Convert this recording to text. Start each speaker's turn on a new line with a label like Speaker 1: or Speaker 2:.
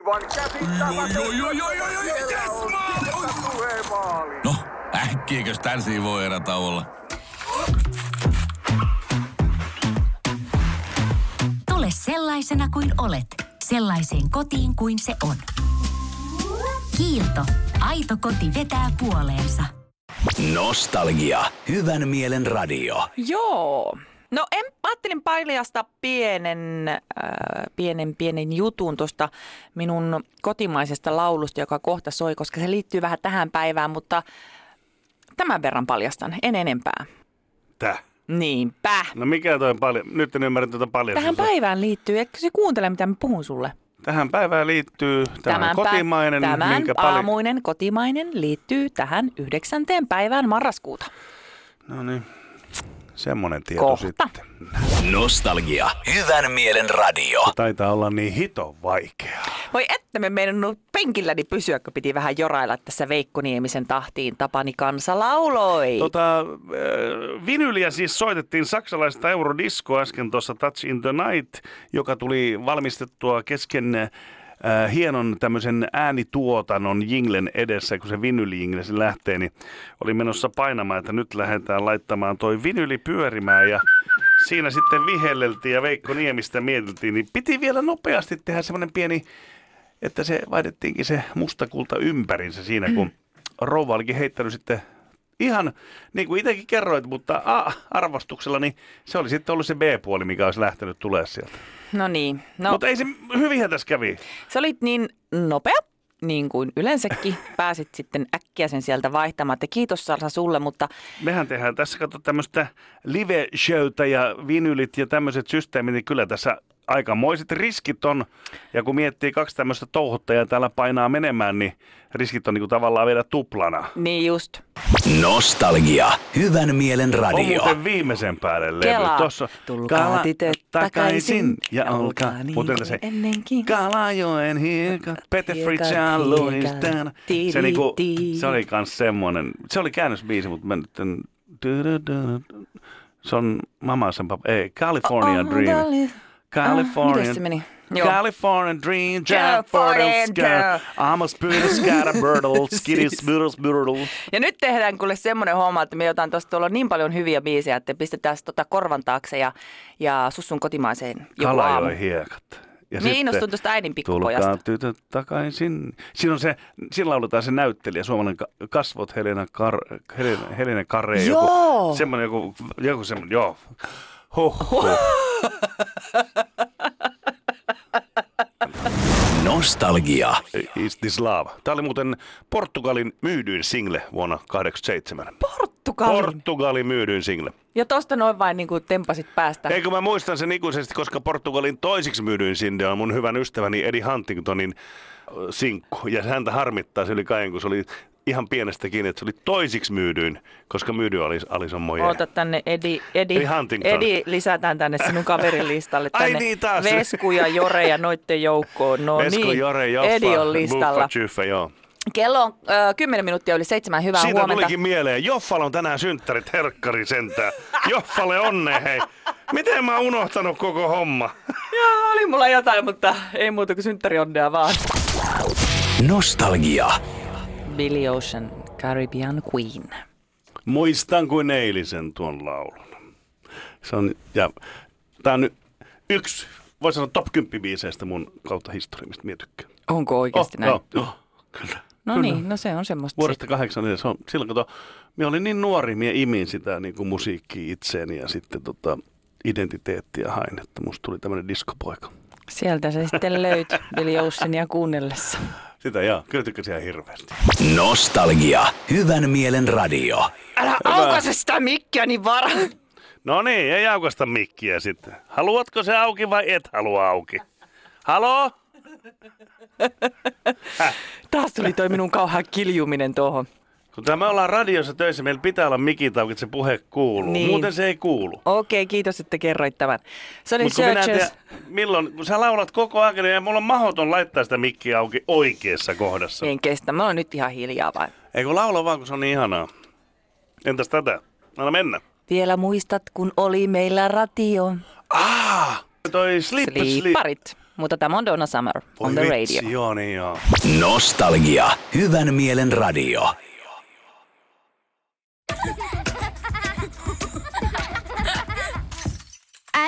Speaker 1: aivan käsittämätöntä.
Speaker 2: Oi, oi, oi, oi, oi, oi,
Speaker 1: Siellä
Speaker 2: yes,
Speaker 1: on
Speaker 2: maali!
Speaker 1: Sirkka Suhe maali.
Speaker 2: No, äkkiäkös tän voi erätauolla?
Speaker 3: Tule sellaisena kuin olet, sellaiseen kotiin kuin se on. Kiilto. Aito koti vetää puoleensa.
Speaker 4: Nostalgia. Hyvän mielen radio.
Speaker 5: Joo. No en, mä ajattelin paljastaa pienen, äh, pienen, pienen jutun tuosta minun kotimaisesta laulusta, joka kohta soi, koska se liittyy vähän tähän päivään, mutta tämän verran paljastan, en enempää.
Speaker 6: Täh.
Speaker 5: Niinpä.
Speaker 6: No mikä toi paljon? Nyt en ymmärrä tätä paljon. Siis
Speaker 5: Tähän päivään liittyy, etkö se kuuntele, mitä mä puhun sulle?
Speaker 6: Tähän päivään liittyy tämä
Speaker 5: Tämän pä-
Speaker 6: kotimainen,
Speaker 5: tämän
Speaker 6: minkä paljon...
Speaker 5: aamuinen kotimainen liittyy tähän yhdeksänteen päivään marraskuuta.
Speaker 6: No niin, semmonen tieto
Speaker 5: Kohta.
Speaker 6: sitten.
Speaker 4: Nostalgia. Hyvän mielen radio.
Speaker 6: Taitaa olla niin hito vaikea.
Speaker 5: Voi että me meinannut penkilläni pysyä, kun piti vähän jorailla tässä Veikko Niemisen tahtiin. Tapani kansa lauloi.
Speaker 6: Tota, äh, vinyliä siis soitettiin saksalaista eurodiskoa äsken tuossa Touch in the Night, joka tuli valmistettua kesken äh, hienon tämmöisen äänituotannon jinglen edessä, kun se vinylijingle se lähtee, niin oli menossa painamaan, että nyt lähdetään laittamaan toi vinyli pyörimään ja siinä sitten vihelleltiin ja Veikko Niemistä mietiltiin, niin piti vielä nopeasti tehdä semmoinen pieni, että se vaihdettiinkin se mustakulta ympärinsä siinä, kun rouva olikin heittänyt sitten ihan niin kuin itsekin kerroit, mutta A, arvostuksella, niin se oli sitten ollut se B-puoli, mikä olisi lähtenyt tulee sieltä.
Speaker 5: No niin.
Speaker 6: No.
Speaker 5: No,
Speaker 6: Mutta ei se hyvinhän tässä kävi.
Speaker 5: sä olit niin nopea, niin kuin yleensäkin. Pääsit sitten äkkiä sen sieltä vaihtamaan. Että kiitos Sarsa sulle, mutta
Speaker 6: Mehän tehdään tässä, kato tämmöistä live-showta ja vinylit ja tämmöiset systeemit, niin kyllä tässä aikamoiset riskit on. Ja kun miettii kaksi tämmöistä touhuttajaa täällä painaa menemään, niin riskit on niin kuin tavallaan vielä tuplana.
Speaker 5: niin just.
Speaker 4: Nostalgia. Hyvän mielen
Speaker 6: On
Speaker 4: radio.
Speaker 6: muuten viimeisen päälle levy.
Speaker 5: Kelaa.
Speaker 6: Tossa,
Speaker 5: Tulkaa
Speaker 6: Kala-
Speaker 5: tytöt takaisin ja
Speaker 6: ja olkaa.
Speaker 5: olkaa niin
Speaker 6: Muuten
Speaker 5: kuin
Speaker 6: se
Speaker 5: ennenkin.
Speaker 6: Kalajoen hiekat, Pete
Speaker 5: Hiekat,
Speaker 6: Fritz ja
Speaker 5: hiekat,
Speaker 6: Louis Dan.
Speaker 5: tiiri,
Speaker 6: Se, niinku,
Speaker 5: tiiri.
Speaker 6: se oli kans semmonen, se oli käännösbiisi, mutta mä nyt en... Se on Mama's and Papa, ei, California
Speaker 5: Oh,
Speaker 6: Dream.
Speaker 5: darling.
Speaker 6: California.
Speaker 5: Ah, miten se meni? Joo.
Speaker 6: California Dream, Jack
Speaker 5: California
Speaker 6: Fordelska, Amos Pyydyskäärä Birdle, Skidis Birdles Birdle.
Speaker 5: Ja nyt tehdään kuule semmoinen homma, että me jotain tuossa tuolla on niin paljon hyviä biisejä, että pistetään se tota korvan taakse ja, ja sussun kotimaiseen joku aamu.
Speaker 6: Kalajoi hiekat. Ja
Speaker 5: Niin innostun tuosta äidin pikkupojasta.
Speaker 6: Tulkaa tytöt takaisin. Siinä on se, siinä lauletaan se näyttelijä, suomalainen ka- kasvot Helena, Kar- Helena, Helena Kare.
Speaker 5: Joo.
Speaker 6: Joku, semmoinen joku, joku semmoinen, joo. Huh, huh.
Speaker 4: Nostalgia.
Speaker 6: Is this love. Tämä oli muuten Portugalin myydyin single vuonna 1987.
Speaker 5: Portugalin.
Speaker 6: Portugalin myydyin single.
Speaker 5: ja tosta noin vain niin kuin tempasit päästä.
Speaker 6: Eikö mä muistan sen ikuisesti, koska Portugalin toisiksi myydyin sinne on mun hyvän ystäväni Eddie Huntingtonin ö, sinkku. Ja häntä harmittaa se yli kaiken, kun se oli ihan pienestä kiinni, että se oli toisiksi myydyin, koska myydy oli Alison Moje.
Speaker 5: Ota tänne Edi, Edi,
Speaker 6: Eli Huntington.
Speaker 5: Edi lisätään tänne sinun kaverilistalle.
Speaker 6: Ai
Speaker 5: Tänne
Speaker 6: niin, taas.
Speaker 5: Vesku ja Jore ja noitten joukkoon. No
Speaker 6: Vesku,
Speaker 5: niin,
Speaker 6: Jore, Joffa,
Speaker 5: Edi on listalla.
Speaker 6: Buffa, Tjyffä, joo.
Speaker 5: Kello on ö, 10 minuuttia yli seitsemän. Hyvää
Speaker 6: Siitä
Speaker 5: huomenta.
Speaker 6: tulikin mieleen, Joffalla on tänään synttärit, herkkari sentään. Joffalle onne, hei. Miten mä oon unohtanut koko homma?
Speaker 5: Joo, oli mulla jotain, mutta ei muuta kuin synttäri onnea vaan.
Speaker 4: Nostalgia.
Speaker 5: Billy Ocean, Caribbean Queen.
Speaker 6: Muistan kuin eilisen tuon laulun. Se on, ja tää on nyt yksi, voi sanoa top 10 biiseistä mun kautta historia, mistä minä tykkään. Oh,
Speaker 5: Onko oikeasti näin?
Speaker 6: Joo, joo, kyllä.
Speaker 5: No
Speaker 6: kyllä.
Speaker 5: niin, no se on semmoista.
Speaker 6: Vuodesta 84, se on, silloin kato, minä olin niin nuori, minä imin sitä niin kuin musiikkia itseeni ja sitten tota, identiteettiä hain, että musta tuli tämmöinen diskopoika.
Speaker 5: sit- Sieltä se sitten löytyi Billy Oceania kuunnellessa.
Speaker 6: Sitä joo, kyllä tykkäsin ihan hirveästi.
Speaker 4: Nostalgia. Hyvän mielen radio.
Speaker 5: Älä aukaise sitä mikkiä niin vara.
Speaker 6: No niin, ei aukasta mikkiä sitten. Haluatko se auki vai et halua auki? Haloo?
Speaker 5: Taas tuli toi minun kauhea kiljuminen tuohon.
Speaker 6: Kun tää me ollaan radiossa töissä, meillä pitää olla mikit auki, että se puhe kuuluu.
Speaker 5: Niin.
Speaker 6: Niin. Muuten se ei kuulu.
Speaker 5: Okei, kiitos, että kerroit tämän. Se oli
Speaker 6: Mut kun minä en
Speaker 5: Searchers.
Speaker 6: tiedä, milloin, kun sä laulat koko ajan, niin mulla on mahdoton laittaa sitä mikkiä auki oikeassa kohdassa. Niin.
Speaker 5: En kestä, mä oon nyt ihan hiljaa vain.
Speaker 6: Ei kun laula vaan, kun se on niin ihanaa. Entäs tätä? Anna mennä.
Speaker 5: Vielä muistat, kun oli meillä ratio.
Speaker 6: Toi slip, slip.
Speaker 5: Sliipparit. Mutta tämä on Donna Summer on the
Speaker 6: vitsi,
Speaker 5: radio.
Speaker 6: Joo, niin joo.
Speaker 4: Nostalgia. Hyvän mielen radio.